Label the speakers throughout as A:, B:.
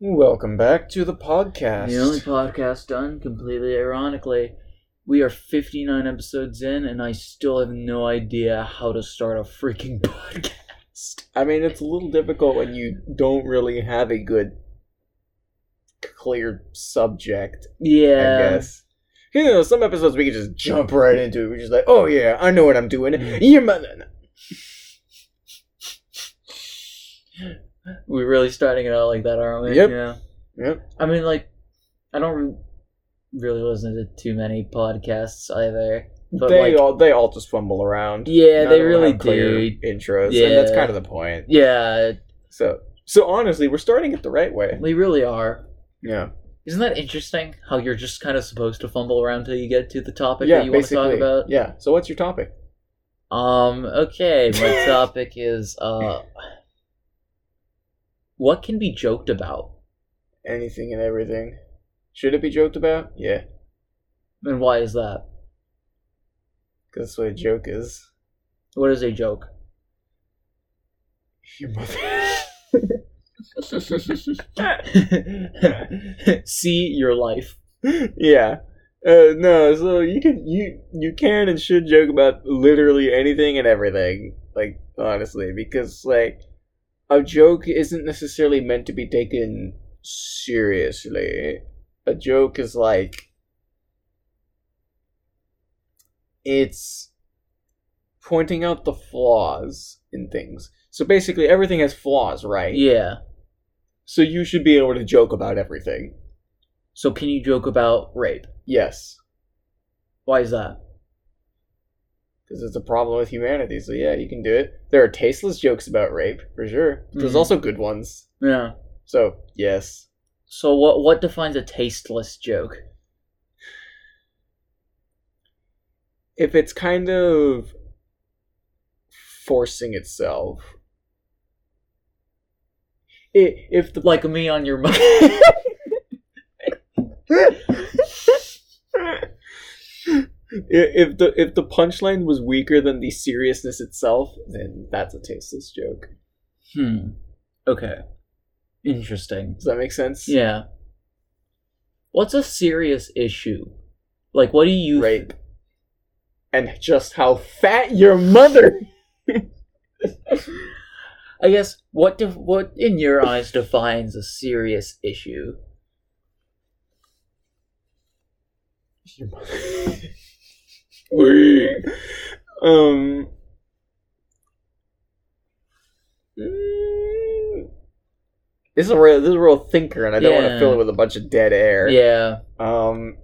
A: Welcome back to the podcast.
B: The only podcast done completely ironically. We are 59 episodes in, and I still have no idea how to start a freaking podcast.
A: I mean, it's a little difficult when you don't really have a good, clear subject. I
B: Yeah.
A: guess. You know, some episodes we can just jump right into it. We're just like, oh yeah, I know what I'm doing.
B: Mm-hmm.
A: Your mother.
B: We're really starting it out like that, aren't we?
A: Yep.
B: Yeah.
A: Yep.
B: I mean, like, I don't re- really listen to too many podcasts either. But,
A: they
B: like,
A: all they all just fumble around.
B: yeah,
A: None
B: they
A: of them
B: really
A: have clear
B: do.
A: intros, and that's
B: Yeah.
A: kind of the point.
B: Yeah,
A: So, so honestly, we're starting it the right way.
B: they really are.
A: Yeah,
B: Isn't that interesting? How you're just kind of supposed to fumble around till you get to the topic
A: yeah,
B: that you want to
A: basically.
B: talk about.
A: Yeah. So, what's your topic?
B: Um, okay, my topic is uh what can be joked about
A: Anything and everything. Should it be joked about? Yeah,
B: and why is that?
A: because that's what a joke is.
B: What is a joke?
A: Your mother.
B: See your life.
A: yeah. Uh, no, so you can you you can and should joke about literally anything and everything. Like honestly, because like a joke isn't necessarily meant to be taken seriously. A joke is like it's pointing out the flaws in things. So basically, everything has flaws, right?
B: Yeah.
A: So you should be able to joke about everything.
B: So can you joke about rape?
A: Yes.
B: Why is that?
A: because it's a problem with humanity. So yeah, you can do it. There are tasteless jokes about rape for sure. but There's
B: Mhm.
A: also good ones.
B: Yeah.
A: So yes,
B: So what what defines a tasteless joke?
A: if it's kind of forcing itself, i if the
B: Like me on your mic.
A: I- if the if the punchline was weaker than the seriousness itself, then that's a tasteless joke.
B: Hmm. Okay. Interesting.
A: Does that make sense?
B: Yeah. What's a serious issue? Like, what do you?
A: rape and just how fat your mother
B: I guess what def- what in your eyes defines a serious issue?
A: your mother um mm, this is a real this is a real thinker and i don't want to
B: Yeah.
A: fill it with a bunch of dead air
B: Yeah.
A: um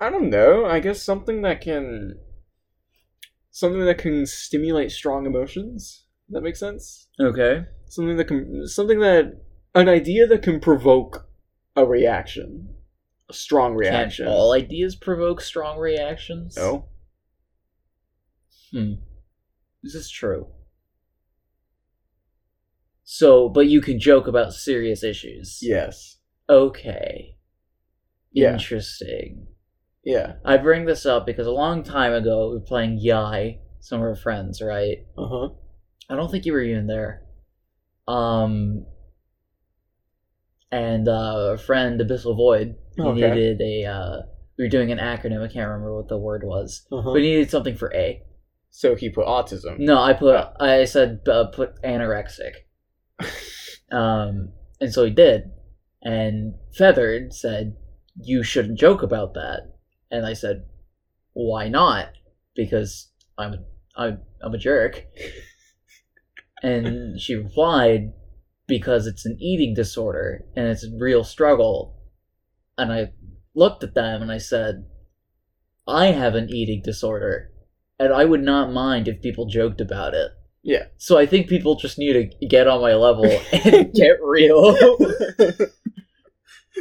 A: i don't know i guess something that can something that can stimulate strong emotions Does that make sense
B: Okay.
A: something that can something that an idea that can provoke a reaction a strong reaction
B: Can all ideas provoke strong reactions?
A: no
B: Hmm. This is true. So, but you can joke about serious issues.
A: yes
B: Okay.
A: Yeah.
B: Interesting.
A: yeah
B: I bring this up because a long time ago we were playing Yai, some of our friends, right?
A: uh-huh
B: I don't think you were even there. Um, and uh, a friend, Abyssal Void, he
A: Okay.
B: needed a. Uh, we were doing an acronym. I can't remember what the word was.
A: uh-huh
B: We needed something for A.
A: so he put autism
B: No, I put. I said uh, put anorexic. um, and so he did. And Feathered said, "You shouldn't joke about that." And I said, "Why not?" Because I'm a, I'm I'm a jerk. and she replied, "Because it's an eating disorder and it's a real struggle." And I looked at them and I said, "I have an eating disorder." and I would not mind if people joked about it.
A: Yeah.
B: So I think people just need to get on my level and get real.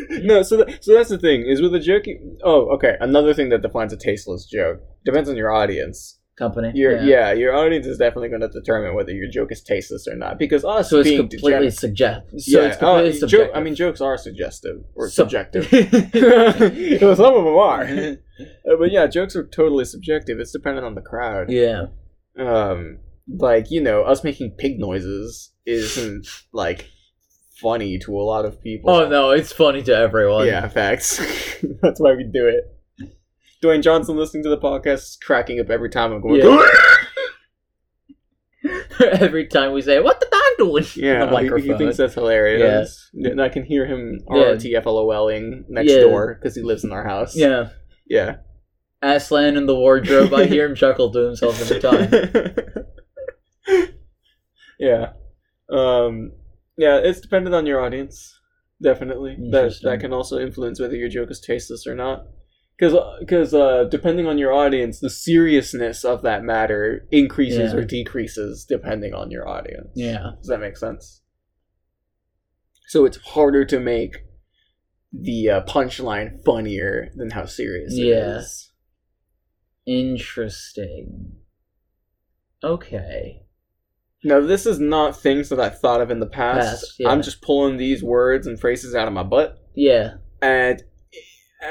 A: no so that, so that's the thing is with a joke you- oh okay another thing that defines a tasteless joke depends on your audience
B: Company.
A: your yeah. your audience is definitely going to determine whether your joke is tasteless or not because us
B: So it's
A: being
B: completely
A: degenerate-
B: subjective. So
A: yeah,
B: it's completely
A: uh, joke-
B: subjective.
A: i mean jokes are suggestive or
B: Sub-
A: subjective Well, some of them are. Uh, but yeah, jokes are totally subjective. It's dependent on the crowd.
B: yeah.
A: Um, like you know, us making pig noises isn't like funny to a lot of people.
B: Oh no, it's funny to everyone.
A: Yeah, facts. That's why we do it. Dwayne Johnson listening to the podcast is cracking up every time I'm going.
B: Yeah. Every time we say, "What the dog doing?"
A: Yeah,
B: the
A: he-
B: microphone.
A: he, thinks that's hilarious. And I can hear him
B: Yeah.
A: RTFLOLing next
B: Yeah.
A: door because he lives in our house.
B: yeah,
A: Yeah.
B: Aslan in the wardrobe. I hear him chuckle to himself every time.
A: yeah. Um, yeah, it's dependent on your audience. Definitely. That,
B: Interesting.
A: that can also influence whether your joke is tasteless or not. Because uh, depending on your audience, the seriousness of that matter increases
B: Yeah.
A: or decreases depending on your audience.
B: Yeah,
A: Does that make sense? So it's harder to make the uh, punchline funnier than how serious it is.
B: Yeah. interesting. Okay.
A: Now, this is not things that I thought of in the past.
B: Past, yeah.
A: I'm just pulling these words and phrases out of my butt,
B: Yeah,
A: and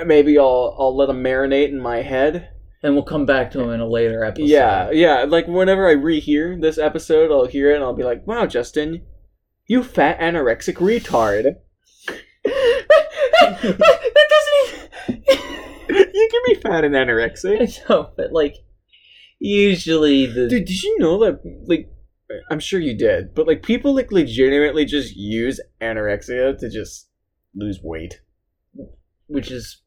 A: uh, maybe I'll I'll let them marinate in my head.
B: and we'll come back to him in a later episode.
A: Yeah, yeah. Like whenever I rehear this episode, I'll hear it and I'll be like, "Wow, Justin, you fat anorexic retard!
B: that doesn't even.
A: you can be fat and anorexic."
B: I know, but like, usually the
A: Dude, did you know that like I'm sure you did, but like people like legitimately just use anorexia to just lose weight.
B: which is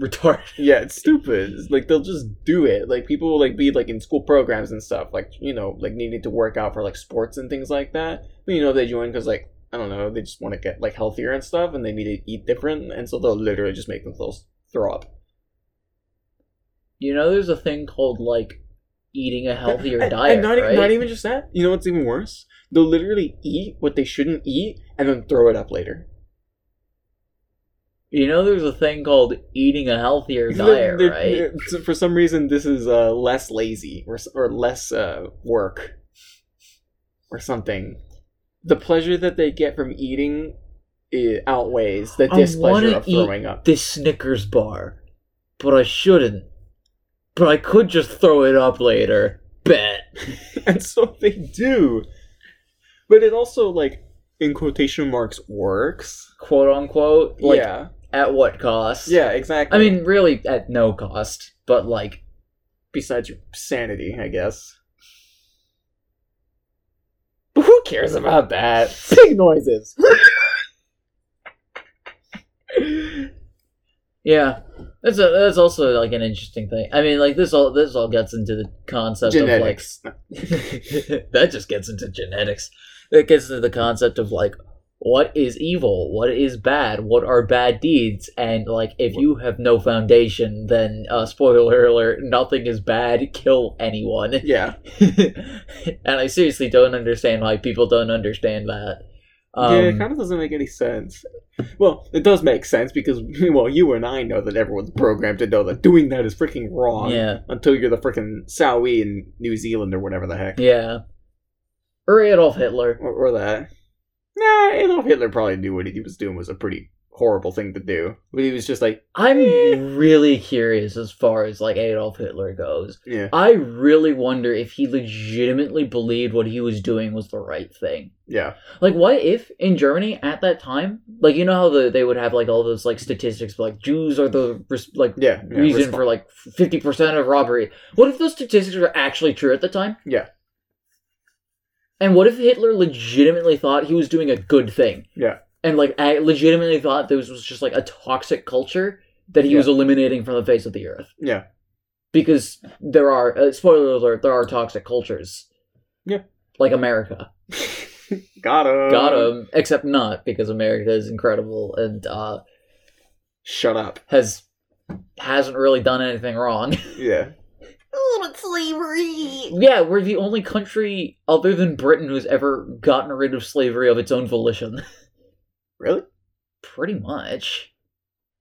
B: retarded.
A: Yeah, it's stupid. It's, like they'll just do it. Like people will like be like in school programs and stuff, like you know, like needing to work out for like sports and things like that. But you know, they join because like I don't know, they just want to get like healthier and stuff, and they need to eat different, and so they'll literally just make themselves throw up.
B: You know, there's a thing called like eating a healthier
A: And-
B: diet,
A: and not, e-
B: right?
A: not even just that. You know what's even worse? They'll literally eat what they shouldn't eat and then throw it up later.
B: You know, there's a thing called eating a healthier diet,
A: They're-
B: right?
A: they're- so for some reason, this is uh, less lazy or, s- or less uh, work or something. The pleasure that they get from eating i outweighs the
B: I
A: displeasure
B: wanna
A: of
B: eat-
A: throwing up.
B: This Snickers bar, but I shouldn't. But I could just throw it up later. Bet.
A: And so they do. But it also, like, in quotation marks, works.
B: Quote unquote. Like,
A: yeah.
B: at what cost?
A: Yeah, exactly.
B: I mean, really, at no cost, but like,
A: besides your sanity, I guess. But who cares about that? Sing noises.
B: yeah, that's a, that's also like an interesting thing. I mean, like this all this all gets into the concept of like
A: Genetics.
B: that just gets into genetics. That gets into the concept of like what is evil, what is bad, what are bad deeds, and like if you have no foundation, then uh, spoiler alert, nothing is bad. Kill anyone.
A: Yeah.
B: and I seriously don't understand why people don't understand that. Um,
A: yeah, it kind of doesn't make any sense. Well, it does make sense because, well, you and I know that everyone's programmed to know that doing that is freaking wrong.
B: yeah,
A: Until you're the freaking Sawi in New Zealand or whatever the heck.
B: yeah. Or Adolf Hitler.
A: Or, or that. Nah, Adolf Hitler probably knew what he was doing was a pretty horrible thing to do. But he was just like,
B: I'm
A: Eh.
B: really curious as far as like Adolf Hitler goes.
A: yeah,
B: I really wonder if he legitimately believed what he was doing was the right thing.
A: yeah,
B: Like, what if in Germany at that time, like you know how the, they would have like all those like statistics, like Jews are the res- like
A: yeah. yeah
B: reason
A: respon-
B: for like fifty percent of robbery. What if those statistics were actually true at the time?
A: Yeah.
B: And what if Hitler legitimately thought he was doing a good thing?
A: Yeah.
B: And like I legitimately thought this was just like a toxic culture that he was eliminating from the face of the earth
A: yeah.
B: because there are uh, spoiler alert there are toxic cultures
A: Yeah.
B: like america
A: Got him.
B: got 'em. except not because america is incredible and uh
A: Shut up.
B: has hasn't really done anything wrong
A: Yeah.
C: Oh, it's slavery.
B: yeah we're the only country other than britain who's ever gotten rid of slavery of its own volition
A: Really?
B: pretty much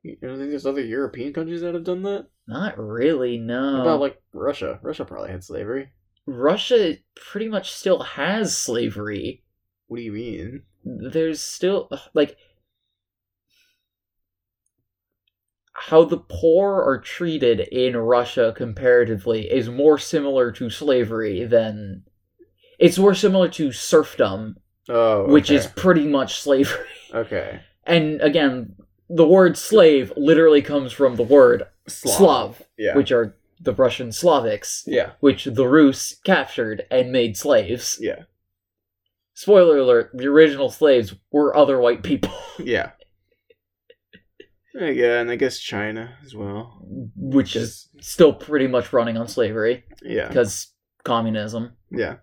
A: You don't think there's other European countries that have done that?
B: not really
A: What
B: no
A: about like Russia? Russia probably had slavery.
B: russia pretty much still has slavery
A: What do you mean?
B: there's still like how the poor are treated in Russia comparatively is more similar to slavery than it's more similar to serfdom
A: Oh,
B: which
A: okay.
B: is pretty much slavery.
A: okay.
B: And again, the word slave literally comes from the word Slav,
A: Yeah.
B: which are the Russian Slavics,
A: yeah.
B: which the Rus captured and made slaves.
A: Yeah.
B: Spoiler alert, the original slaves were other white people,
A: Yeah. Yeah, and I guess China as well.
B: which is still pretty much running on slavery
A: yeah,
B: because communism.
A: yeah.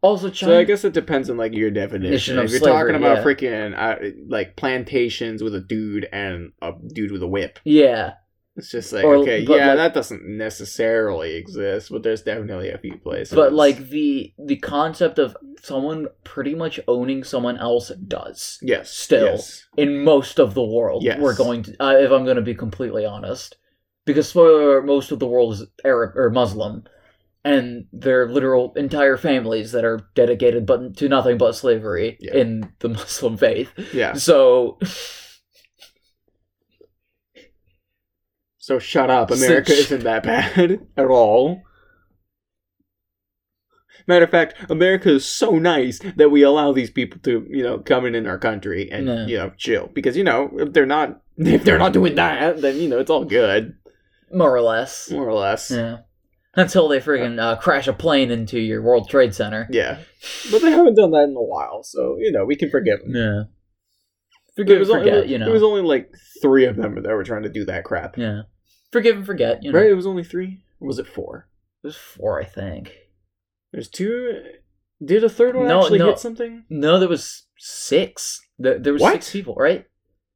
B: Also, China.
A: So I guess it depends on like your definition.
B: Definition
A: If
B: of
A: you're
B: slavery,
A: talking about
B: yeah.
A: freaking uh, like plantations with a dude and a dude with a whip,
B: yeah,
A: it's just like
B: Or-
A: okay,
B: but,
A: yeah,
B: like-
A: that doesn't necessarily exist, but there's definitely a few places.
B: but like the the concept of someone pretty much owning someone else does
A: yes,
B: still.
A: yes.
B: in most of the world.
A: Yes.
B: We're going to, uh, if I'm going to be completely honest, because spoiler, alert, most of the world is Arab or Muslim, and their literal entire families that are dedicated but to nothing but slavery
A: Yeah.
B: in the Muslim faith.
A: yeah.
B: So,
A: So shut up, America
B: Since-
A: isn't that bad at all. Matter of fact, America is so nice that we allow these people to, you know, come in in our country and
B: Yeah.
A: you know chill because you know if they're not if they're not doing that, then you know it's all good
B: more or less,
A: more or less. Yeah,
B: yeah. Until they friggin' uh, crash a plane into your World Trade Center.
A: but they haven't done that in a while, so you know we can forgive them.
B: Yeah.
A: Forgive,
B: and forget, you know.
A: It was only like three of them that were trying to do that crap,
B: Yeah. Forgive and forget, you know.
A: right? It was only three. Or was it four?
B: There's four, I think.
A: There's two. Did a third one
B: No,
A: actually
B: no.
A: hit something?
B: No, there was six. There, there was
A: What?
B: six people, right?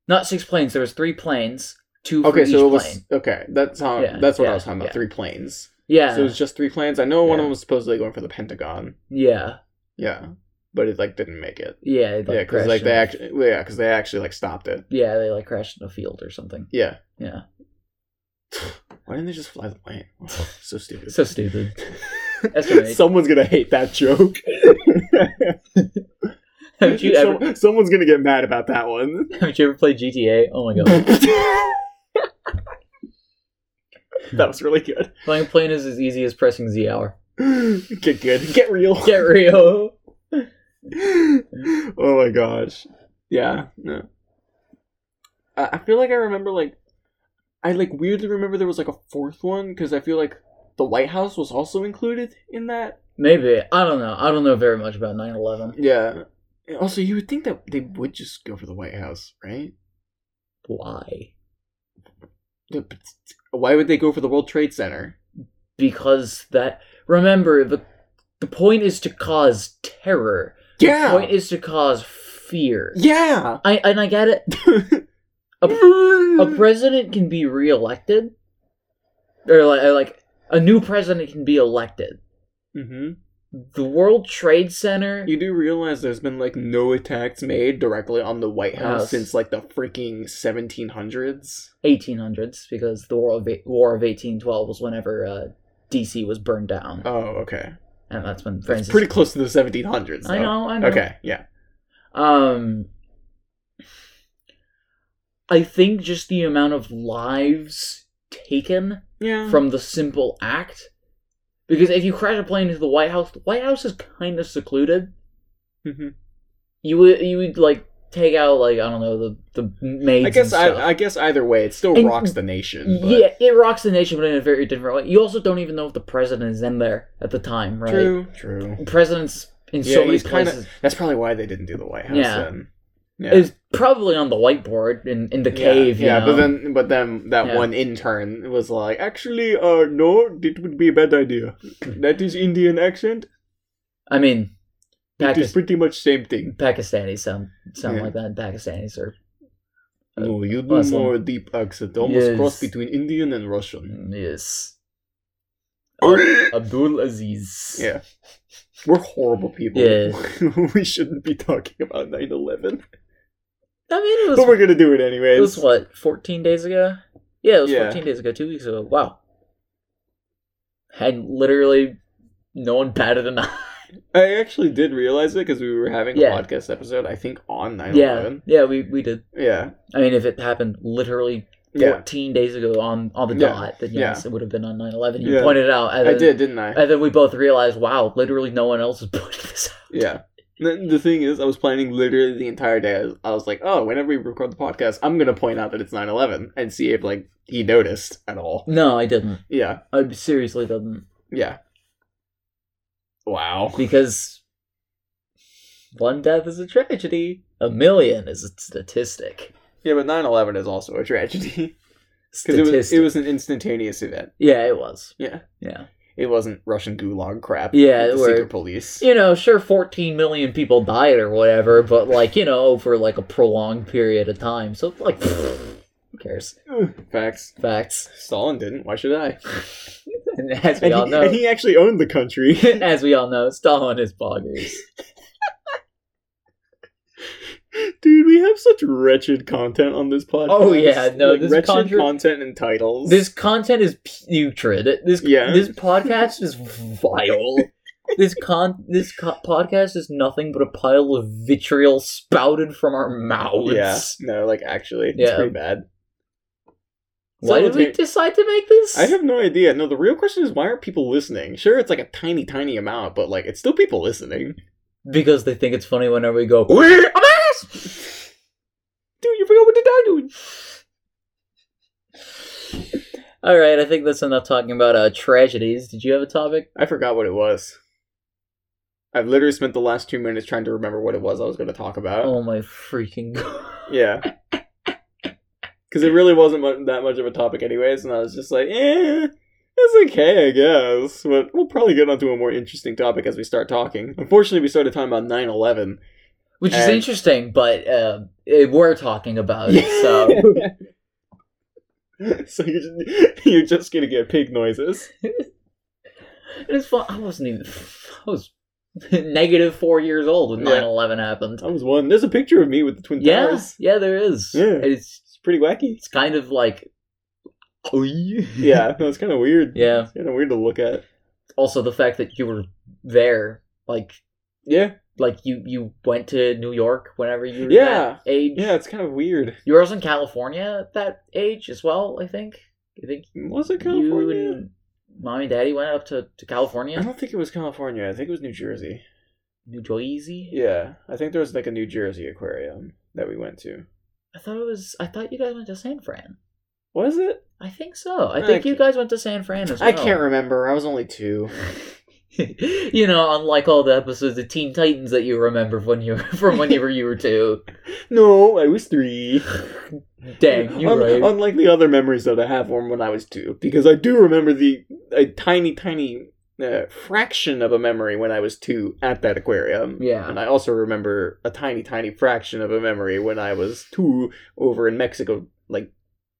B: Not six planes. There was three planes, two for
A: Okay,
B: each
A: so it was
B: plane.
A: okay. That's how.
B: Yeah,
A: that's what
B: yeah,
A: I was talking about.
B: yeah.
A: Three planes.
B: Yeah,
A: So it was just three planes. I know one of
B: Yeah.
A: them was supposedly going for the Pentagon.
B: yeah,
A: Yeah, but it like didn't make it.
B: yeah. They, like,
A: yeah, because
B: crashed
A: like
B: in
A: they
B: a-
A: actually yeah, 'cause they actually like stopped it.
B: yeah, they like crashed in a field or something.
A: Yeah.
B: Yeah.
A: Why didn't they just fly the plane? so stupid.
B: So stupid. That's right.
A: Someone's gonna hate that joke.
B: haven't you
A: Some-
B: ever?
A: someone's gonna get mad about that one.
B: haven't you ever played GTA? Oh my god,
A: that was really good.
B: flying a plane is as easy as pressing Z hour.
A: Get good. Get real.
B: Get real.
A: oh my gosh. Yeah. No. I, I feel like I remember like I like weirdly remember there was like a fourth one because I feel like the White House was also included in that.
B: Maybe I don't know. I don't know very much about 9/11.
A: Yeah. Also, you would think that they would just go for the White House, right?
B: Why?
A: The- but Why would they go for the World Trade Center?
B: Because that. Remember the the point is to cause terror.
A: Yeah.
B: point is to cause fear.
A: yeah.
B: I and I get it. A- A president can be reelected, or like, like a new president can be elected.
A: hmm
B: The World Trade Center.
A: You do realize there's been like no attacks made directly on the White House
B: House.
A: since like the freaking 1700s.
B: 1800s because the War of, War of 1812 was whenever uh, DC was burned down,
A: Oh, okay.
B: and that's when
A: It's
B: Francis.
A: pretty close to the 1700s.
B: I
A: though.
B: know. I know.
A: Okay, yeah.
B: Um, I think just the amount of lives taken
A: Yeah.
B: from the simple act. Because if you crash a plane into the White House, the White House is kind of secluded.
A: Mhm.
B: You would you would like take out like I don't know the the maids.
A: I guess
B: and stuff.
A: I, I guess either way, it still
B: And-
A: rocks the nation. But
B: yeah, it rocks the nation, but in a very different way. You also don't even know if the president is in there at the time, right?
A: True. True.
B: Presidents in
A: Yeah,
B: so many
A: he's kinda-
B: places
A: That's probably why they didn't do the White House
B: Yeah.
A: then. Yeah.
B: is probably on the whiteboard in in the
A: Yeah,
B: cave. you
A: yeah,
B: know?
A: but then but then that
B: Yeah.
A: one intern was like, actually, uh, no, it would be a bad idea. That is Indian accent.
B: I mean,
A: It is
B: Pakis-
A: pretty much same thing.
B: Pakistanis sound sound
A: Yeah.
B: like that. Pakistanis are Uh,
A: No, you do
B: Muslim.
A: more deep accent, almost
B: Yes.
A: cross between Indian and Russian.
B: yes. Abdul Aziz.
A: Yeah. We're horrible people.
B: Yeah.
A: we shouldn't be talking about 9 11.
B: I mean, it
A: But
B: was,
A: we're going to do it
B: it was
A: anyways.
B: what, 14 days ago? Yeah, it was
A: Yeah.
B: 14 days ago, two weeks ago. Wow. And literally, no one batted an eye.
A: I actually did realize it because we were having a
B: Yeah.
A: podcast episode, I think, on 9
B: Yeah,
A: 11.
B: yeah, we, we did.
A: Yeah.
B: I mean, if it happened literally
A: Yeah.
B: 14 days ago on, on the
A: Yeah.
B: dot, then yes, it would have been on 9 11. You
A: Yeah.
B: pointed it out. And
A: I
B: then-
A: did, didn't I?
B: And then we both realized, wow, literally no one else is putting this out.
A: Yeah. The, the thing is, I was planning literally the entire day. I was, I was like, oh, whenever we record the podcast, I'm gonna point out that it's 9/11 and see if like he noticed at all.
B: No, I didn't.
A: Yeah,
B: I seriously didn't
A: yeah. Wow.
B: because one death is a tragedy. A million is a statistic.
A: Yeah, but 9/11 is also a tragedy because it
B: Statistic.
A: was it was an instantaneous event.
B: yeah, it was.
A: Yeah.
B: Yeah.
A: It wasn't Russian gulag crap.
B: Yeah,
A: with the
B: where-
A: secret police.
B: You know, sure, 14 million people died or whatever, but like, you know, over like a prolonged period of time. So, like, who cares?
A: Facts.
B: Facts.
A: Stalin didn't. Why should I?
B: And as we
A: And
B: all
A: he,
B: know,
A: and he actually owned the country.
B: as we all know, Stalin is boggers.
A: Dude, we have such wretched content on this podcast.
B: Oh, yeah, no,
A: Like,
B: this
A: wretched
B: contra-
A: content and titles.
B: This content is putrid. This
A: Yeah.
B: this podcast is vile. this con this co- podcast is nothing but a pile of vitriol spouted from our mouths.
A: yeah, no, like actually, it's
B: Yeah.
A: pretty bad.
B: Why did we
A: Solitary-
B: decide to make this?
A: I have no idea. No, the real question is why aren't people listening? Sure, it's like a tiny, tiny amount, but like it's still people listening.
B: because they think it's funny whenever we go.
A: We're a mess! Dude, you forgot what the dog doing.
B: All right, I think that's enough talking about uh, tragedies. Did you have a topic?
A: I forgot what it was. I've literally spent the last two minutes trying to remember what it was I was going to talk about.
B: Oh my freaking god!
A: Yeah. Because it really wasn't mu- that much of a topic, anyways, and I was just like, eh, it's okay, I guess. But we'll probably get onto a more interesting topic as we start talking. Unfortunately, we started talking about 9 11.
B: Which is
A: And-
B: interesting, but uh, it, we're talking
A: Oh,
B: about it, so
A: so you're just, you're just going to get pig noises.
B: it's fun. I wasn't even. I was negative four years old when
A: Yeah.
B: 9-11 happened.
A: I was one. There's a picture of me with the Twin
B: Yeah,
A: Towers.
B: yeah, there is.
A: Yeah.
B: And It's
A: It's pretty wacky.
B: it's kind of like.
A: Yeah, no, it's kind of weird.
B: Yeah.
A: It's kind of weird to look at.
B: Also, the fact that you were there, like,
A: Yeah.
B: like you you went to New York whenever you were
A: Yeah.
B: that age.
A: Yeah, it's kind of weird.
B: You were also in California at that age as well. I think. I think
A: Was it
B: you
A: California?
B: and mommy and daddy went up to to
A: I
B: California,
A: don't think it was California. I think it was New Jersey.
B: New Jersey.
A: Yeah, I think there was like a New Jersey aquarium that we went to.
B: I thought it was. I thought you guys went to San Fran.
A: Was it? Oh.
B: I think so. I
A: I
B: think you
A: can't-
B: guys went to San Fran as well.
A: I can't remember. I was only two.
B: you know, unlike all the episodes of Teen Titans that you remember when you from whenever you were two.
A: No, I was three.
B: Dang, you're
A: Un-
B: right.
A: Unlike the other memories that I have from when I was two, because I do remember the a tiny, tiny uh, fraction of a memory when I was two at that aquarium.
B: yeah.
A: And I also remember a tiny, tiny fraction of a memory when I was two over in Mexico, like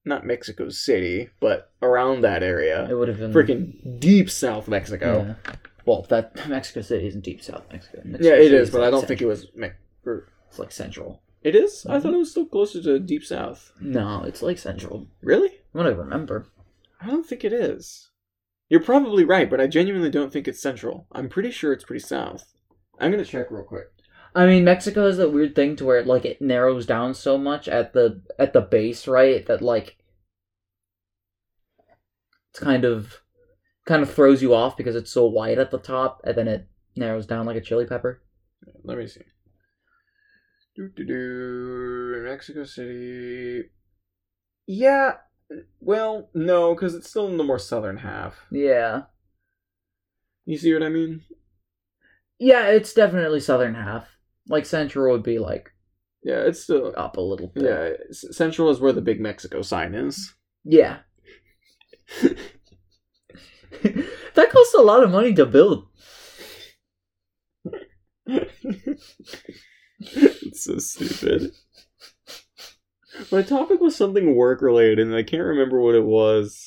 A: not Mexico City, but around that
B: It
A: area,
B: would have been
A: freaking deep South Mexico.
B: Yeah. Well, that Mexico City isn't deep south Mexico. Mexico
A: Yeah, it
B: City
A: is, but
B: like
A: I don't
B: cent-
A: think it was. Me- Mm-hmm. or-
B: it's like central.
A: It is? I
B: Mhm.
A: thought it was still closer to Deep South.
B: No, it's like central.
A: Really?
B: I'm gonna remember.
A: I don't think it is. You're probably right, but I genuinely don't think it's central. I'm pretty sure it's pretty south. I'm gonna check real quick.
B: I mean, Mexico is that weird thing to where like it narrows down so much at the at the base, right? That like it's kind of kind of throws you off because it's so wide at the top, and then it narrows down like a chili pepper.
A: Let me see. Do do do Mexico City. Yeah. Well, no, because it's still in the more southern half.
B: Yeah,
A: You see what I mean?
B: yeah, it's definitely southern half. Like central would be like
A: Yeah, it's still.
B: up a little bit.
A: Yeah, s- central is where the big Mexico sign is.
B: Yeah. that costs a lot of money to build.
A: it's so stupid. My topic was something work related, and I can't remember what it was.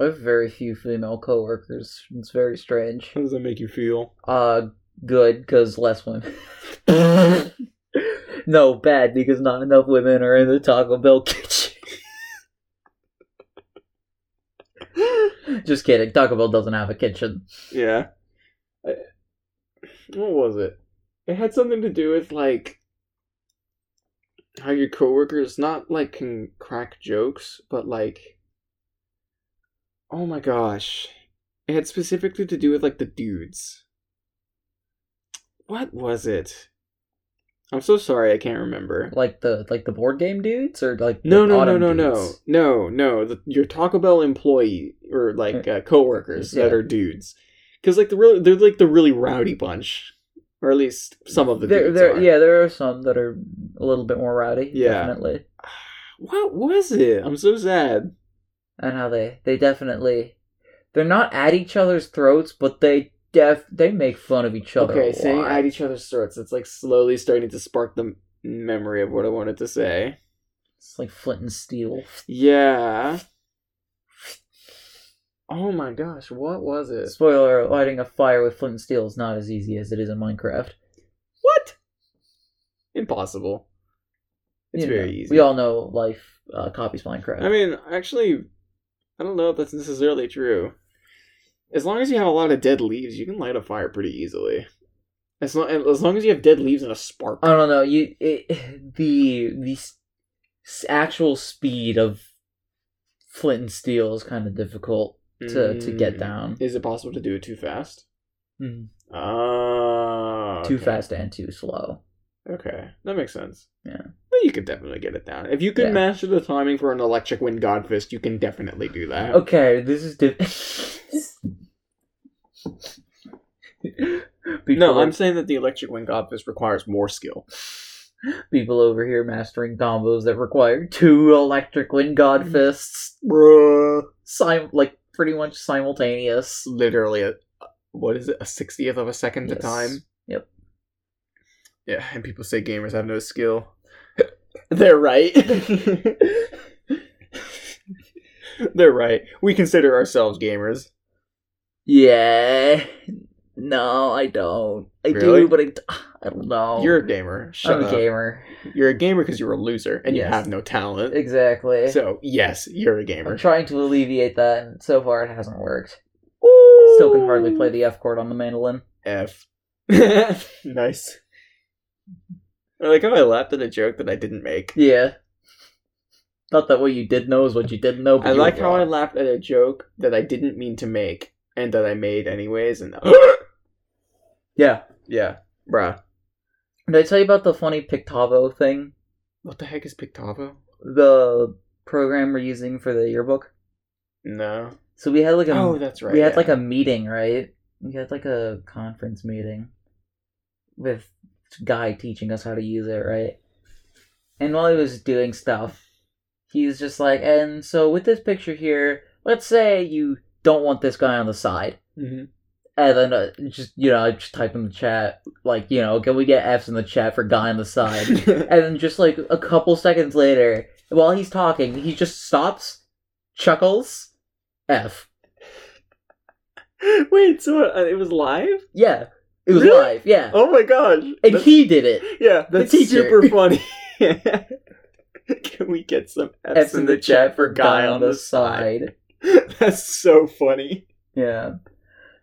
B: I have very few female coworkers. It's very strange.
A: How does that make you feel?
B: Uh, good because less women. no, bad because not enough women are in the Taco Bell kitchen. Just kidding. Taco Bell doesn't have a kitchen.
A: Yeah. I, what was it? It had something to do with like how your coworkers not like can crack jokes, but like oh my gosh. It had specifically to do with like the dudes. What was it? I'm so sorry, I can't remember.
B: Like the like the board game dudes or like
A: No,
B: the
A: no, no,
B: autumn
A: no, no,
B: dudes?
A: no, no. The, your Taco Bell employee or like uh, coworkers that
B: Yeah.
A: are dudes, because like the real they're like the really rowdy bunch, or at least some of the
B: there,
A: dudes
B: there,
A: are.
B: yeah, there are some that are a little bit more rowdy.
A: Yeah.
B: definitely.
A: What was it? I'm so sad.
B: And how they they definitely they're not at each other's throats, but they def they make fun of each other.
A: Okay,
B: a
A: saying
B: lot.
A: at each other's throats. It's like slowly starting to spark the memory of what I wanted to say.
B: it's like flint and steel.
A: Yeah. Oh my gosh, what was it?
B: Spoiler: lighting a fire with flint and steel is not as easy as it is in Minecraft.
A: What? Impossible. It's
B: You know,
A: very easy.
B: We all know life uh, copies Minecraft.
A: I mean, actually, I don't know if that's necessarily true. As long as you have a lot of dead leaves, you can light a fire pretty easily. As long as, long as you have dead leaves and a spark.
B: I don't know. You it, the the s- s- actual speed of flint and steel is kind of difficult to to get
A: Mm.
B: down.
A: Is it possible to do it too fast?
B: Mhm.
A: Ah,
B: Too
A: okay.
B: fast and too slow.
A: Okay, that makes sense.
B: Yeah.
A: Well, you could definitely get it down. If you could
B: Yeah.
A: master the timing for an electric wind god fist, you can definitely do that.
B: Okay, this is different.
A: No, I'm saying that the electric wind god fist requires more skill.
B: people over here mastering combos that require two electric wind
A: Mm.
B: god fists,
A: Bruh.
B: sim- like pretty much simultaneous.
A: literally a what is it a sixtieth of a second to
B: Yes.
A: time.
B: Yep.
A: Yeah, and people say gamers have no skill. They're right. They're right. We consider ourselves gamers.
B: Yeah, no, I don't. I
A: Really?
B: do, but I, d- I don't know.
A: You're a gamer. Shut
B: Oh. I'm a
A: up.
B: gamer.
A: You're a gamer because you're a loser and you
B: Yes.
A: have no talent.
B: Exactly.
A: So yes, you're a gamer.
B: I'm trying to alleviate that, and so far it hasn't worked.
A: Ooh.
B: Still can hardly play the F chord on the mandolin.
A: F. nice. I like how I laughed at a joke that I didn't make.
B: Yeah. Not that what you did know is what you didn't know. But
A: I
B: you
A: like
B: were
A: how I
B: wrong.
A: laughed at a joke that I didn't mean to make and that I made anyways, and
B: Yeah.
A: yeah, bruh.
B: Did I tell you about the funny Pictavo thing?
A: What the heck is Pictavo?
B: The program we're using for the yearbook.
A: No.
B: So we had like a
A: oh, that's right.
B: we had
A: yeah.
B: like a meeting, right? We had like a conference meeting with a guy teaching us how to use it, right? And while he was doing stuff, he was just like, and so with this picture here, let's say you don't want this guy on the side.
A: Mhm.
B: And then uh, just you know, I just type in the chat like you know, can we get F's in the chat for guy on the side?
A: Mm-hmm.
B: and then just like a couple seconds later, while he's talking, he just stops, chuckles, F.
A: Wait, so uh, it was live?
B: Yeah, it was
A: Really?
B: live. Yeah,
A: Oh my gosh!
B: and
A: That's-
B: he did it.
A: yeah,
B: the
A: that's
B: teacher.
A: super funny. Can we get some F's,
B: F's in the chat for guy on the side.
A: side? that's so funny.
B: Yeah.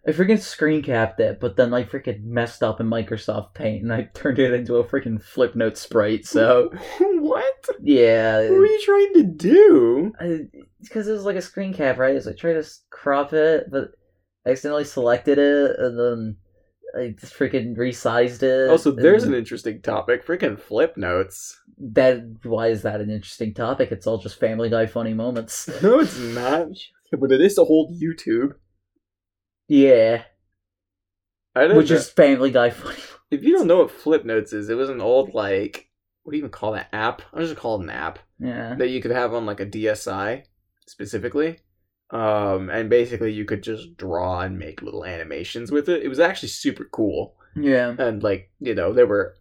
B: I freaking screen capped it, but then I freaking messed up in Microsoft Paint and I turned it into a freaking Flipnote sprite. So
A: what? What
B: yeah,
A: were you trying to do?
B: because it was like a screen cap, right? So I tried to s- crop it, but I accidentally selected it, and then I just freaking resized it.
A: Also, there's an
B: and
A: interesting topic. Freaking flip notes.
B: that. Why is that an interesting topic? It's all just Family Guy funny moments.
A: No, it's not. Mm. But it is a whole YouTube.
B: yeah,
A: I don't
B: which
A: know.
B: is Family Guy funny.
A: if you don't know what flip notes is, it was an old like what do you even call that app? I'm just gonna call it an app
B: Yeah,
A: that you could have on like a DSI specifically. Um, and basically you could just draw and make little animations with it. It was actually super cool.
B: yeah,
A: and like you know there were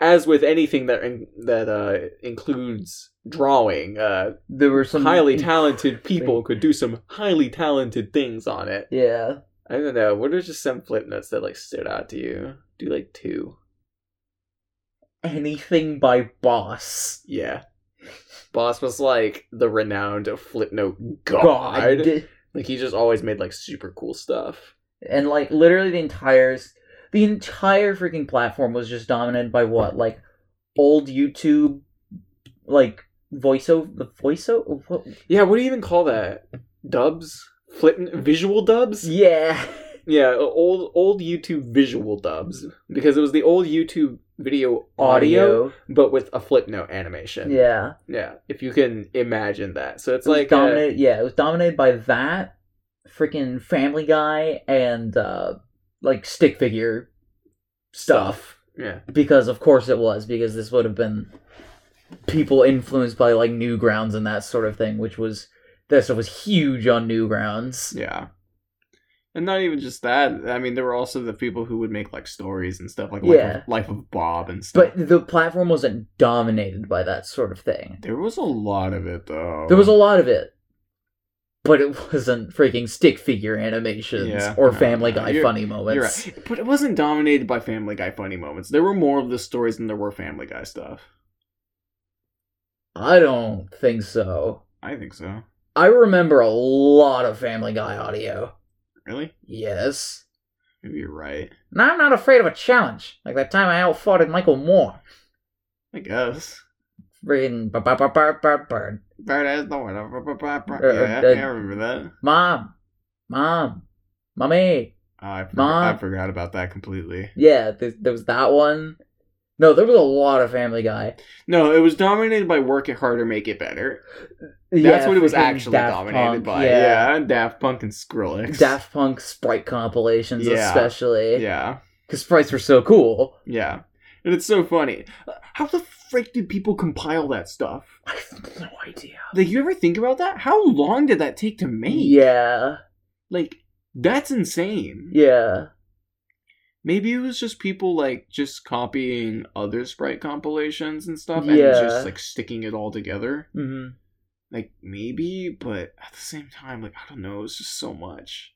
A: as with anything that in, that uh, includes drawing uh,
B: there were some
A: highly talented people could do some highly talented things on it
B: Yeah,
A: i don't know what are just some flip notes that like stood out to you do like two
B: anything by Boss.
A: yeah boss was like the renowned flip note god,
B: God.
A: like he just always made like super cool stuff
B: and like literally the entire the entire freaking platform was just dominated by what like old youtube like voiceover the voiceover what?
A: yeah what do you even call that dubs flip visual dubs
B: yeah
A: Yeah, old old YouTube visual dubs because it was the old YouTube video audio, but with a flip note animation.
B: Yeah.
A: Yeah, if you can imagine that. So it's
B: It was
A: like uh,
B: dominated. yeah, it was dominated by that freaking Family Guy and uh, like stick figure stuff.
A: yeah,
B: Because of course it was. Because this would have been people influenced by like Newgrounds and that sort of thing, which was that stuff was huge on Newgrounds.
A: yeah. And not even just that. I mean, there were also the people who would make like stories and stuff like
B: Yeah.
A: Life, of, Life of Bob and stuff.
B: But the platform wasn't dominated by that sort of thing.
A: there was a lot of it though.
B: There was a lot of it. But it wasn't freaking stick figure animations
A: Yeah.
B: or
A: No,
B: Family
A: no,
B: Guy
A: you're-
B: funny
A: You're
B: moments.
A: right. But it wasn't dominated by Family Guy funny moments. There were more of the stories than there were Family Guy stuff.
B: I don't think so.
A: I think so.
B: I remember a lot of Family Guy audio.
A: Really?
B: Yes.
A: Maybe you're right.
B: Now I'm not afraid of a challenge, like that time I outfought Michael Moore.
A: I guess.
B: Freaking ba ba ba ba ba ba.
A: Paradise Lost. Yeah,
B: uh,
A: yeah, I remember that.
B: Mom, mom, mommy.
A: Oh, I, forg-
B: Mom.
A: I forgot about that completely.
B: Yeah, th- there was that one. No, there was a lot of Family Guy.
A: No, it was dominated by Work It Harder, Make It Better. That's
B: Yeah,
A: what it was
B: freaking
A: actually
B: Daft
A: dominated
B: Punk,
A: by.
B: Yeah.
A: Yeah. Daft Punk and Skrillex.
B: Daft Punk sprite compilations,
A: Yeah.
B: especially.
A: Yeah,
B: Because sprites were so cool.
A: yeah. And it's so funny. Uh, How the frick did people compile that stuff?
B: I have no idea.
A: Like, you ever think about that? How long did that take to make?
B: Yeah,
A: Like, that's insane.
B: yeah.
A: Maybe it was just people, like, just copying other Sprite compilations and stuff and just,
B: Yeah.
A: like, sticking it all together.
B: hmm
A: Like, maybe, but at the same time, like, I don't know. It's just so much.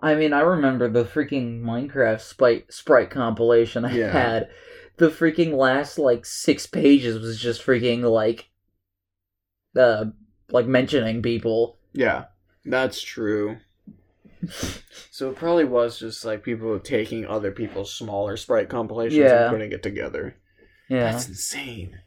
B: I mean, I remember the freaking Minecraft sprite sprite compilation I
A: Yeah.
B: had. The freaking last like six pages was just freaking like, uh, like mentioning people.
A: Yeah, that's true. So it probably was just like people taking other people's smaller sprite compilations
B: Yeah.
A: and putting it together.
B: Yeah,
A: That's insane.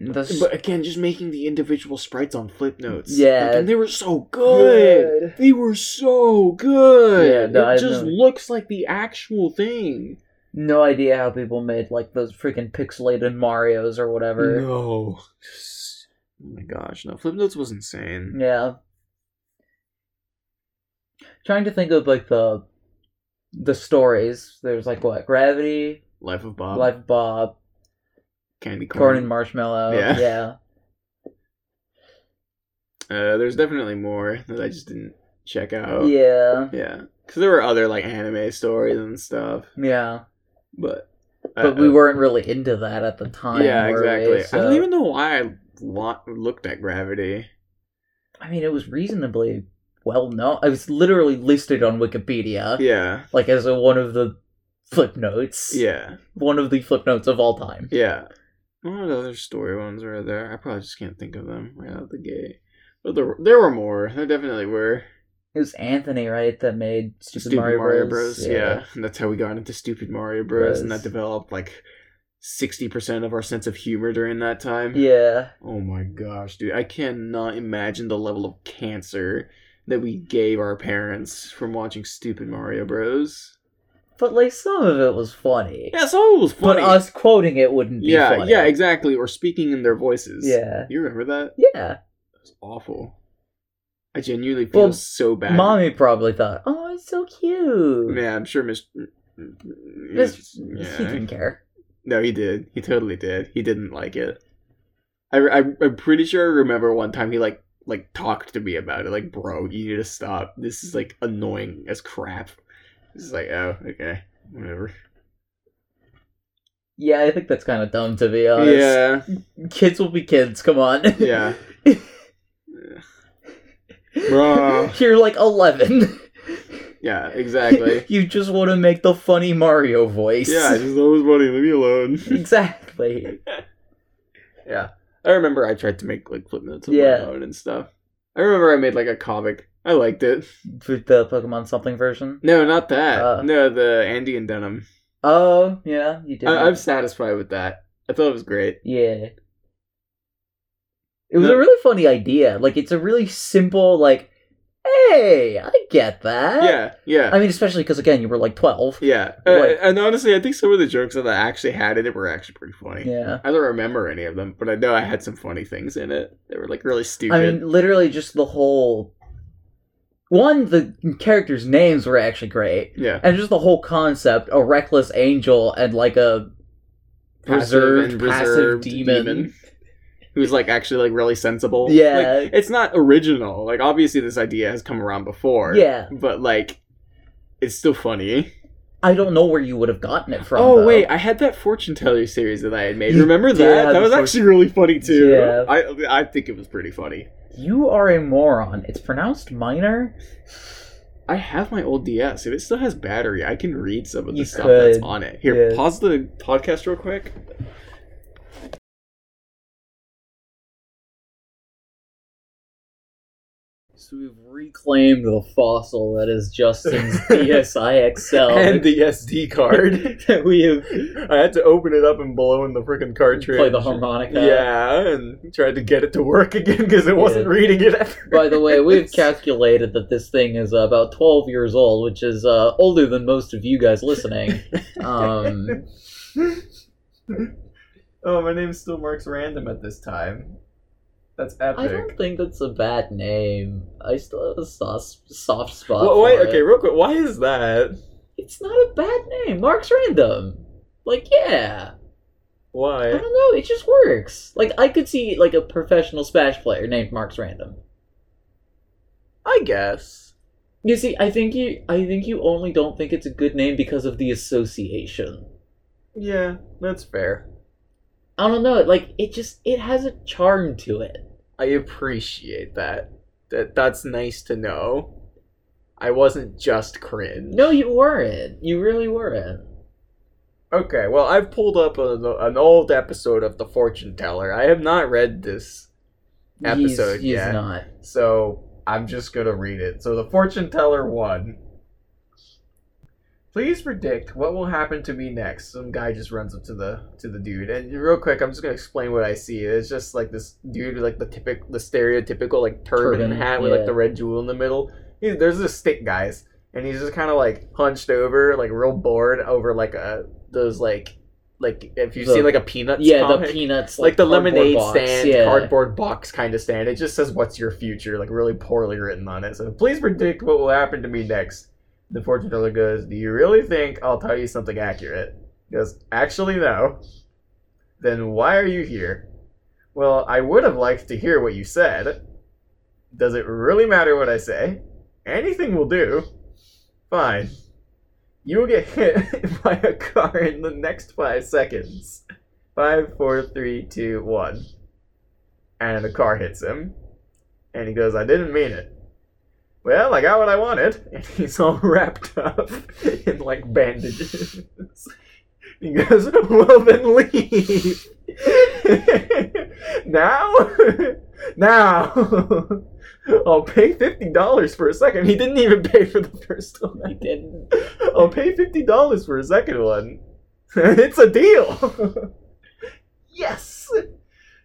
B: That's-
A: But again, just making the individual sprites on flip notes.
B: Yeah.
A: Like, and they were so good. They were so good.
B: Yeah, no, I
A: it just
B: know.
A: looks like the actual thing.
B: no idea how people made like those freaking pixelated Mario's or whatever.
A: No. Just- Oh my gosh, no. Flip notes was insane.
B: Yeah. Trying to think of like the the stories. There's like what Gravity,
A: Life of Bob.
B: Life of Bob,
A: Candy Corn.
B: corn and marshmallow.
A: Yeah.
B: Yeah.
A: uh, there's definitely more that I just didn't check out.
B: Yeah.
A: Yeah, because there were other like anime stories and stuff,
B: Yeah.
A: but
B: But
A: uh,
B: we weren't really into that at the time.
A: yeah,
B: were we?
A: exactly. I
B: So-
A: don't even know why I lo- looked at Gravity.
B: I mean, it was reasonably well known. It was literally listed on Wikipedia,
A: Yeah,
B: like as a, one of the flip notes.
A: yeah,
B: One of the flip notes of all time.
A: yeah. What other story ones were there? I probably just can't think of them right out the gate. But there, there were more. There definitely were.
B: It was Anthony, right, that made Stupid,
A: Stupid Mario, Bros. Yeah.
B: Yeah.
A: and that's how we got into Stupid Mario Bros. And that
B: Bros.
A: developed like sixty percent of our sense of humor during that time.
B: Yeah.
A: Oh my gosh, dude. I cannot imagine the level of cancer that we gave our parents from watching stupid Mario Bros.
B: But like some of it was funny.
A: Yeah, some of it was
B: But
A: funny.
B: us quoting it wouldn't be
A: yeah,
B: funny.
A: yeah, exactly. Or speaking in their voices.
B: Yeah.
A: You remember that?
B: Yeah.
A: It's awful. I genuinely feel
B: Well,
A: so bad.
B: Mommy probably thought, "Oh, it's so cute."
A: Yeah, I'm sure Mr.
B: This, he
A: mm, Yeah.
B: didn't care.
A: No, he did. He totally did. He didn't like it. I, I, I'm pretty sure I remember one time he like like talked to me about it. Like, bro, you need to stop. This is like annoying as crap. It's like, oh, okay, whatever.
B: Yeah, I think that's kind of dumb to be honest.
A: yeah,
B: Kids will be kids. Come on.
A: yeah, Bruh.
B: You're like 11.
A: yeah, exactly.
B: you just want to make the funny Mario voice.
A: yeah, I just always funny. Leave me alone.
B: exactly.
A: yeah, I remember I tried to make like flip notes on
B: Yeah.
A: my own and stuff. I remember I made like a comic. I liked it.
B: With the Pokemon something version.
A: No, not that.
B: Uh.
A: no, the Andy and Dunham.
B: Oh, yeah, you did.
A: I, I'm satisfied with that. I thought it was great.
B: yeah. It was
A: No.
B: a really funny idea. Like it's a really simple like hey, I get that.
A: Yeah, yeah,
B: I mean, especially because again, you were like twelve.
A: yeah. Uh,
B: Like-
A: and honestly, I think some of the jokes that I actually had in it were actually pretty funny.
B: Yeah.
A: I don't remember any of them, but I know I had some funny things in it. They were like really stupid.
B: I mean, literally just the whole. One, the characters' names were actually great,
A: yeah,
B: and just the whole concept—a reckless angel and like a reserved,
A: and
B: passive
A: reserved
B: demon.
A: who's like actually like really sensible.
B: Yeah.
A: Like, it's not original. Like obviously, this idea has come around before.
B: yeah.
A: but like, it's still funny.
B: I don't know where you would have gotten it from.
A: oh
B: though.
A: wait, I had that fortune teller series that I had made.
B: You
A: Remember
B: did
A: that?
B: have
A: That
B: the
A: was
B: fortune-
A: actually really funny too.
B: Yeah.
A: I I think it was pretty funny.
B: you are a moron. It's pronounced minor.
A: I have my old DS. If it still has battery, I can read some of the
B: You
A: stuff that's
B: could,
A: on it. Here,
B: yeah.
A: pause the podcast real quick.
B: So we've reclaimed the fossil that is Justin's DSIXL.
A: and Oh, the SD card.
B: that we have
A: I had to open it up and blow in the freaking cartridge.
B: play the harmonica.
A: Yeah, and tried to get it to work again because it wasn't
B: Yeah.
A: reading it. After
B: By the way, we've
A: kept.
B: calculated that this thing is about 12 years old, which is uh, older than most of you guys listening. Um,
A: oh, my name still marks random at this time. That's
B: I
A: epic.
B: don't think that's a bad name. I still have a soft, soft spot.
A: Wha- wait,
B: for it.
A: okay, real quick. Why is that?
B: It's not a bad name. Mark's random. Like, yeah. I
A: Why?
B: don't know. It just works. Like, I could see, like, a professional Smash player named Mark's random.
A: I guess.
B: You see, I think you, I think you only don't think it's a good name because of the association.
A: Yeah, that's fair.
B: I don't know. Like, it just, it has a charm to it.
A: I appreciate that. That that's nice to know. I wasn't just cringe.
B: No, you weren't. You really weren't.
A: Okay, well, I've pulled up an, an old episode of The Fortune Teller. I have not read this Episode,
B: He's, he's
A: yeah.
B: not.
A: So I'm just going to read it. So the fortune teller one. Please predict what will happen to me next. Some guy just runs up to the to the dude, and real quick, I'm just gonna explain what I see. It's just like this dude with like the typical, the stereotypical like turban,
B: Turban,
A: hat with like
B: yeah.
A: the red jewel in the middle. He, there's this stick guys, and he's just kind of like hunched over, like real bored over like a those like like if you
B: The-
A: see like a peanut
B: yeah,
A: comic
B: the peanuts.
A: like, the
B: cardboard
A: lemonade
B: box,
A: stand,
B: yeah.
A: cardboard box kind of stand. It just says "What's your future?" like really poorly written on it. So please predict what will happen to me next. The fortune teller goes, "Do you really think I'll tell you something accurate?" He goes, "Actually, no." Then why are you here? Well, I would have liked to hear what you said. Does it really matter what I say? Anything will do. Fine. You will get hit by a car in the next five seconds. Five, four, three, two, one. And a car hits him. And he goes, I didn't mean it. Well, I got what I wanted. And he's all wrapped up in like bandages. He goes, Well, then leave. now? now! I'll pay $50 for a second. He didn't even pay for the first one.
B: He didn't.
A: I'll pay fifty dollars for a second one. it's a deal. yes.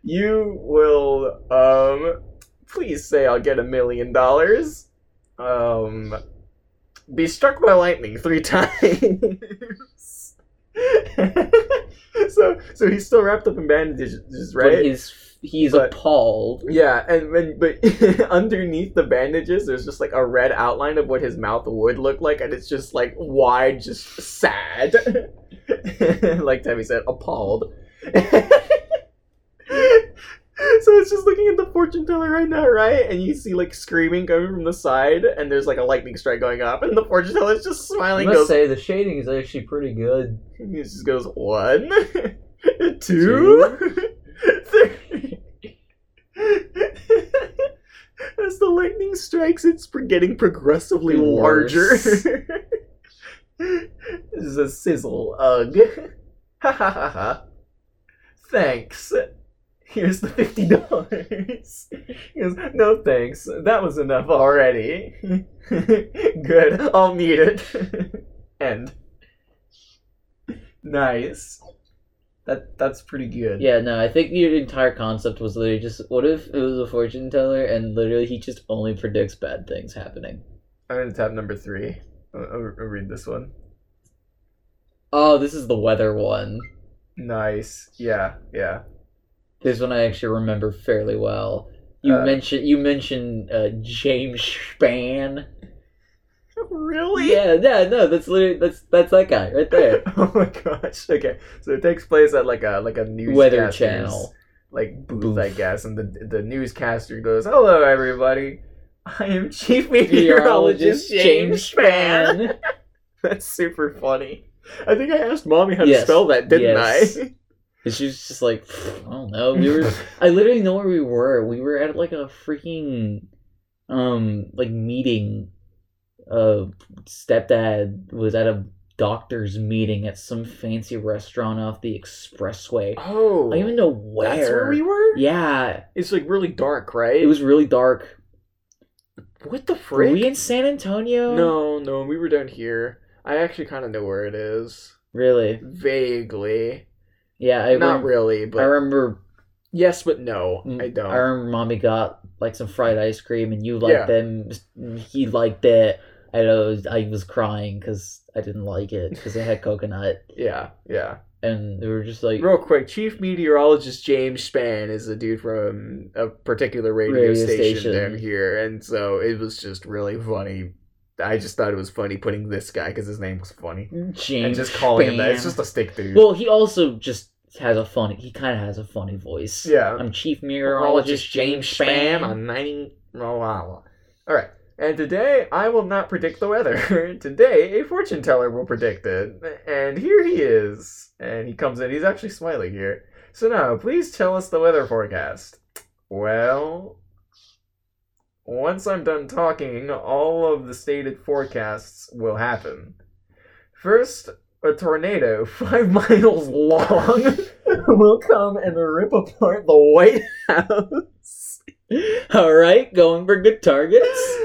A: You will um please say I'll get a million dollars. Um be struck by lightning three times. so so he's still wrapped up in bandages, right?
B: But his, he's
A: But-
B: appalled.
A: Yeah, and, and but underneath the bandages, there's just like a red outline of what his mouth would look like, and it's just like wide, just sad. like Tammy said, appalled. so it's just looking at the fortune teller right now, right? And you see like screaming coming from the side, and there's like a lightning strike going up, and the fortune teller's just
B: I
A: smiling.
B: must
A: Goes,
B: say the shading is actually pretty good.
A: he just goes one, two, three. As the lightning strikes, it's pr- getting progressively larger.
B: Worse.
A: this is a sizzle. Ugh. Ha ha ha ha. Thanks. Here's the fifty dollars. He goes, no thanks. That was enough already. Good. I'll need it. End. Nice. That that's pretty good.
B: Yeah, no, I think the entire concept was literally just what if it was a fortune teller and literally he just only predicts bad things happening.
A: I'm gonna tab number three. I'll, I'll I'll read this one.
B: Oh, this is the weather one.
A: Nice. Yeah. Yeah.
B: This one I actually remember fairly well. You
A: Uh,
B: mentioned you mentioned uh, James Spann.
A: Really?
B: Yeah, yeah, no, that's literally that's that's that guy right there.
A: oh my gosh. Okay. So it takes place at like a like a news
B: weather Channel.
A: like booth,
B: Booth.
A: I guess, and the the newscaster goes, "Hello, everybody. I am Chief Meteorologist
B: Meteorologist
A: James
B: James
A: Spann."
B: Spann.
A: That's super funny. I think I asked mommy how to
B: Yes.
A: spell that, didn't
B: Yes.
A: I?
B: And she was just like, I don't know. We were, I literally know where we were. We were at like a freaking, um, like meeting. Uh, stepdad was at a doctor's meeting at some fancy restaurant off the expressway. I
A: oh,
B: don't even know where.
A: that's where we were.
B: Yeah,
A: It's like really dark, right?
B: it was really dark.
A: what the
B: Were
A: frick?
B: we in San Antonio?
A: no, no, we were down here. I actually kind of know where it is,
B: really.
A: vaguely.
B: Yeah, I
A: Not
B: rem-
A: really,
B: I
A: but
B: remember
A: yes, but no, Mm, I don't.
B: Mm, I remember mommy got like some fried ice cream, and you liked them. He liked it. I was I was crying because I didn't like it because it had coconut,
A: yeah, yeah.
B: and we were just like
A: Real quick, Chief Meteorologist James Spann is a dude from a particular radio,
B: Radio
A: station,
B: station.
A: down here, and so it was just really funny. I just thought it was funny putting this guy because his name's funny,
B: James
A: and just calling him that. It's
B: Spann."
A: just a stick dude.
B: well, he also just has a funny. He kind of has a funny voice.
A: yeah,
B: I'm chief meteorologist James Spann.
A: on ninety. blah, blah, blah. All right, and today I will not predict the weather. today a fortune teller will predict it, and here he is, and he comes in. He's actually smiling here. So now, please tell us the weather forecast. Well, once I'm done talking, all of the stated forecasts will happen. First, a tornado five miles long will come and rip apart the White House.
B: All right, going for good targets.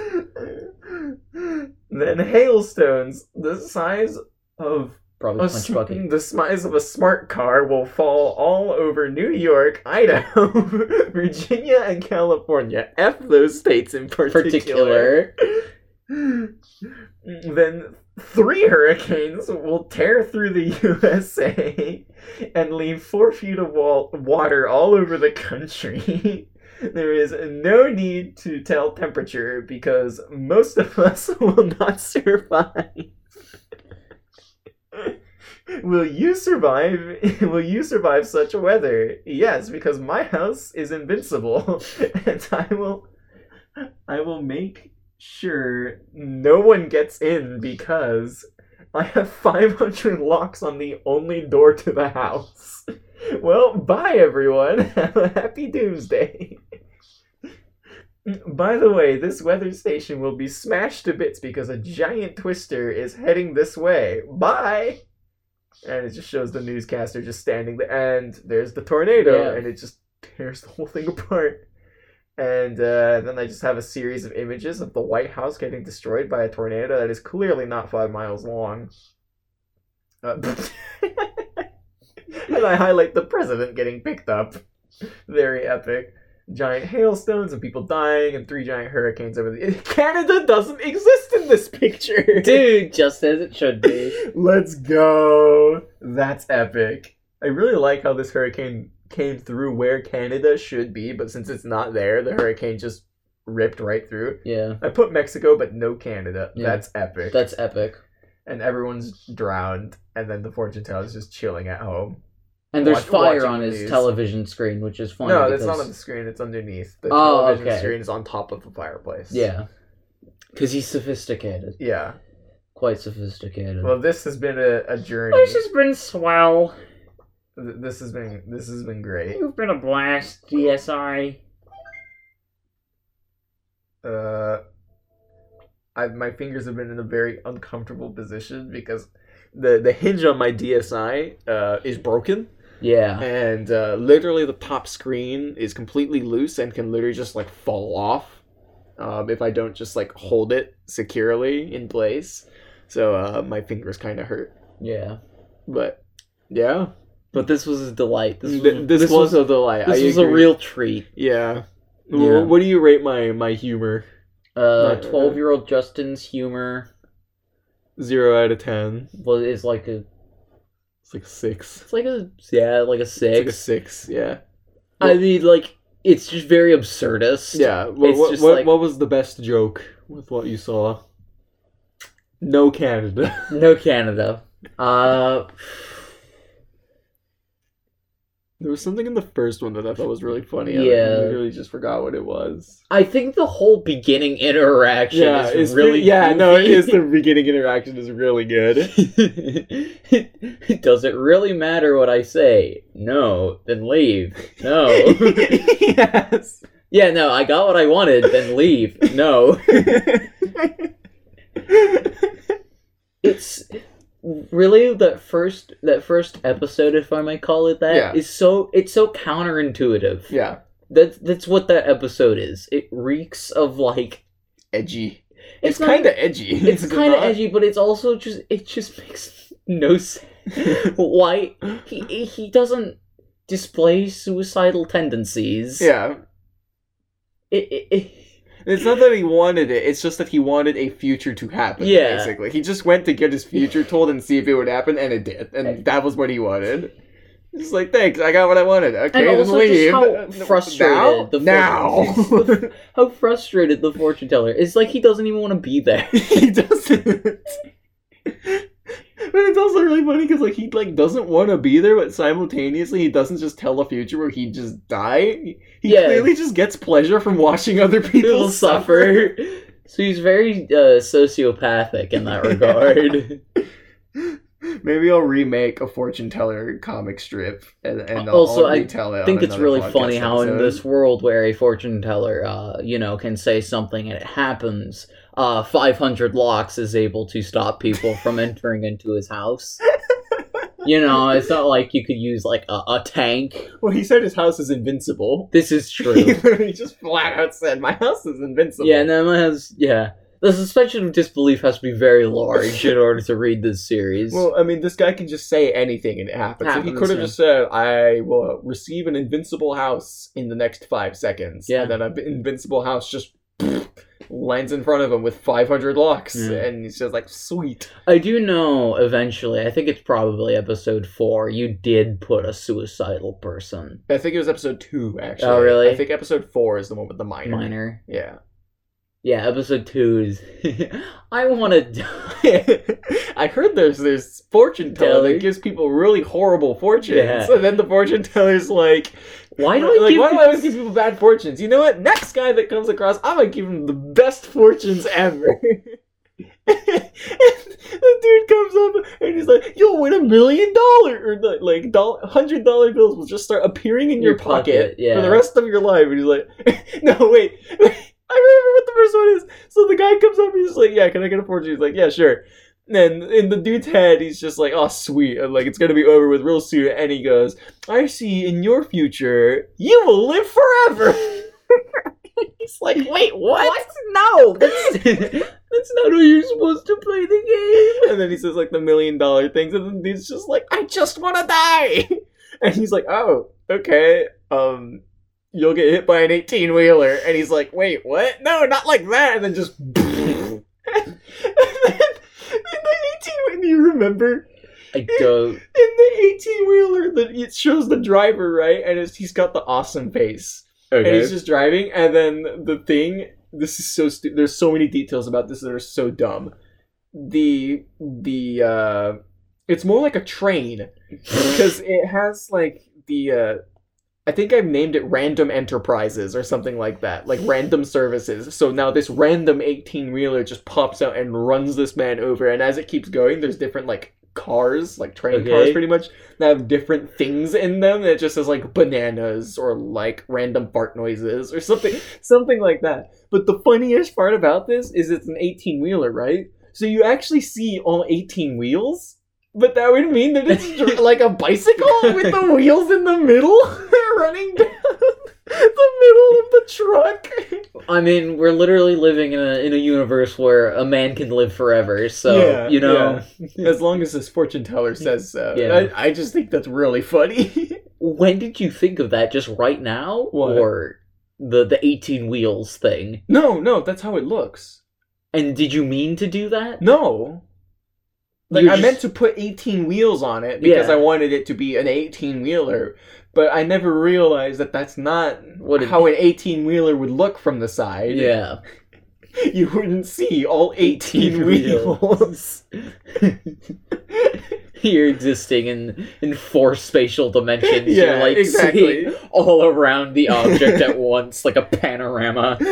A: then hailstones the size of
B: Probably
A: a
B: punch
A: sm-
B: bucket.
A: the size of a smart car will fall all over New York, Idaho, Virginia, and California. F those states in particular.
B: Particular.
A: then three hurricanes will tear through the USA and leave four feet of wall- water all over the country. There is no need to tell temperature because most of us will not survive. Will you survive? Will you survive such weather? Yes, because my house is invincible, and I will, I will make sure no one gets in because I have five hundred locks on the only door to the house. Well, bye everyone. Have a happy doomsday. By the way, this weather station will be smashed to bits because a giant twister is heading this way. Bye! And it just shows the newscaster just standing there, and there's the tornado,
B: Yeah.
A: and it just tears the whole thing apart. And uh, then I just have a series of images of the White House getting destroyed by a tornado that is clearly not five miles long. Uh, and I highlight the president getting picked up. Very epic giant hailstones and people dying and three giant hurricanes over the Canada doesn't exist in this picture.
B: Dude, just as it should be.
A: Let's go. That's epic. I really like how this hurricane came through where Canada should be, but since it's not there, the hurricane just ripped right through.
B: Yeah,
A: I put Mexico but no Canada.
B: Yeah.
A: That's epic.
B: that's epic.
A: and everyone's drowned and then the fortune teller's just chilling at home.
B: And there's
A: Watch-
B: fire
A: watching
B: on his
A: these.
B: television screen, which is funny.
A: no,
B: because,
A: that's not on the screen, it's underneath. The
B: Oh,
A: television
B: okay.
A: screen is on top of the fireplace.
B: Yeah, because he's sophisticated,
A: Yeah.
B: quite sophisticated.
A: Well, this has been a, a journey.
D: This has been swell.
A: Th- This has been this has been great.
D: You've been a blast, DSI.
A: Uh, I my fingers have been in a very uncomfortable position because the the hinge on my DSI uh, is broken,
B: yeah,
A: and uh, literally the top screen is completely loose and can literally just like fall off um, if I don't just like hold it securely in place. So uh, my fingers kind of hurt,
B: yeah.
A: but yeah,
B: But this was a delight. This was,
A: Th- this,
B: this
A: was,
B: was,
A: a delight.
B: this
A: I
B: was a
A: agree.
B: real treat.
A: yeah.
B: Yeah.
A: Well, what do you rate my my humor?
B: Uh,
A: Not-
B: twelve year old Justin's humor
A: Zero out of ten.
B: was is like a
A: It's like a six.
B: it's like a yeah like a
A: It's like a
B: six.
A: six. Yeah.
B: I mean like it's just very absurdist.
A: Yeah. What
B: It's
A: what,
B: just
A: what,
B: like-
A: what was the best joke with what you saw? No Canada.
B: No Canada. Uh,
A: there was something in the first one that I thought was really funny.
B: Yeah.
A: I literally just forgot what it was.
B: I think the whole beginning interaction
A: Yeah,
B: is
A: it's
B: really
A: pretty- yeah. No, it
B: goofy.
A: is the beginning interaction is really good.
B: Does it really matter what I say? No, then leave. No.
A: yes.
B: yeah, no, I got what I wanted, then leave. No. It's really that first that first episode if I may call it that is
A: Yeah.
B: so it's so counterintuitive.
A: yeah.
B: That's that's what that episode is. It reeks of like
A: Edgy.
B: it's,
A: It's,
B: not
A: kind of edgy.
B: it's
A: is it
B: kind of
A: not?
B: edgy, but it's also just it just makes no sense. Why he he doesn't display suicidal tendencies.
A: Yeah.
B: It- it- it-
A: It's not that he wanted it. It's just that he wanted a future to happen.
B: Yeah.
A: Basically, he just went to get his future told and see if it would happen, and it did, and that was what he wanted. He's like, thanks, I got what I wanted. Okay,
B: And
A: then
B: also just
A: leave.
B: how
A: Uh, no-
B: frustrated
A: now?
B: the
A: now.
B: fortune- how frustrated the fortune teller is! Like he doesn't even want to be there.
A: he doesn't. but it's also really funny because like he like doesn't want to be there, but simultaneously he doesn't just tell the future where he just die. He
B: Yeah.
A: clearly just gets pleasure from watching other people
B: He'll
A: suffer.
B: suffer. So he's very uh, sociopathic in that regard.
A: Maybe I'll remake a fortune teller comic strip and, and I'll,
B: Also,
A: I'll
B: I
A: retell it.
B: I
A: on
B: think it's
A: another
B: really
A: podcast
B: funny how in
A: episode.
B: this world where a fortune teller, uh, you know, can say something and it happens, uh, 500 locks is able to stop people from entering into his house. You know, it's not like you could use like a, a tank.
A: well he said his house is invincible.
B: This is
A: he
B: true.
A: literally just flat out said my house is invincible.
B: yeah, no, it has. Yeah, the suspension of disbelief has to be very large in order to read this series.
A: Well, I mean, this guy can just say anything and it happens. If he
B: Happens,
A: could have
B: yeah.
A: just said, "I will receive an invincible house in the next five seconds,"
B: Yeah.
A: and then an invincible house just lands in front of him with 500 locks,
B: Yeah.
A: and he's just like, "Sweet."
B: I do know eventually. I think it's probably episode four. You did put a suicidal person
A: I think it was episode two, actually.
B: Oh, really?
A: I think episode four is the one with the minor.
B: minor.
A: Yeah.
B: Yeah, episode two is. I want to die.
A: I heard there's this fortune teller
B: Teller.
A: that gives people really horrible fortunes,
B: Yeah.
A: and then the fortune teller's like,
B: Why do
A: Like,
B: I give?
A: why do I always
B: people-
A: give people bad fortunes? You know what? Next guy that comes across, I'm gonna give him the best fortunes ever. the dude comes up and he's like, "You'll win a million dollar or like hundred dollar bills will just start appearing in your,
B: Your
A: pocket,
B: pocket, yeah.
A: for the rest of your life." And he's like, "No, wait." I remember what the first one is. So the guy comes up, he's just like, "Yeah, can I get a fortune?" He's like, "Yeah, sure." And in the dude's head, he's just like, "Oh, sweet, and, like it's gonna be over with real soon." And he goes, "I see in your future, you will live forever." he's like, "Wait, what? No,
B: That's, that's not how you're supposed to play the
A: and then he says like the million dollar things, and then he's just like, "I just want to die," and he's like, "Oh, okay, um, you'll get hit by an eighteen wheeler," and he's like, "Wait, what? No, not like that," and then just, and then, and the eighteen. whe- Do you remember
B: game. I don't.
A: in the eighteen wheeler that it shows the driver right, and it's, he's got the awesome face. And he's just driving, and then the thing. This is so stupid. There's so many details about this that are so dumb. The the uh, it's more like a train because it has like the uh, I think I've named it Random Enterprises or something like that, like Random Services. So now this random eighteen wheeler just pops out and runs this man over, and as it keeps going, there's different like cars, like train
B: Okay.
A: cars, pretty much that have different things in them. and It just says like bananas or like random fart noises or something, something like that. But the funniest part about this is it's an 18 wheeler, right? So you actually see all 18 wheels, but that would mean that it's dr- like a bicycle with the wheels in the middle running down the middle of the truck.
B: I mean, we're literally living in a in a universe where a man can live forever. So
A: Yeah,
B: you know,
A: As long as this fortune teller says so.
B: Yeah.
A: I, I just think that's really funny.
B: when did you think of that? Just right now,
A: What?
B: or the the eighteen wheels thing?
A: no, no, that's how it looks.
B: And did you mean to do that?
A: No. Like
B: You're
A: I
B: just-
A: meant to put 18 wheels on it because
B: Yeah.
A: I wanted it to be an 18 wheeler, but I never realized that that's not
B: What it-
A: how an 18 wheeler would look from the side.
B: Yeah.
A: You wouldn't see all 18,
B: 18
A: wheels.
B: You're existing in in four spatial dimensions.
A: yeah,
B: You're like
A: exactly.
B: seeing all around the object at once, like a panorama.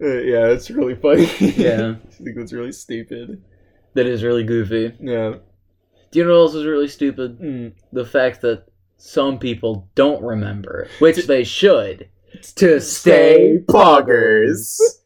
A: Uh, yeah, it's really funny.
B: Yeah,
A: I think that's really stupid.
B: that is really goofy.
A: Yeah.
B: Do you know what else is really stupid?
A: Mm.
B: The fact that some people don't remember, which they should.
A: To
B: stay
A: poggers.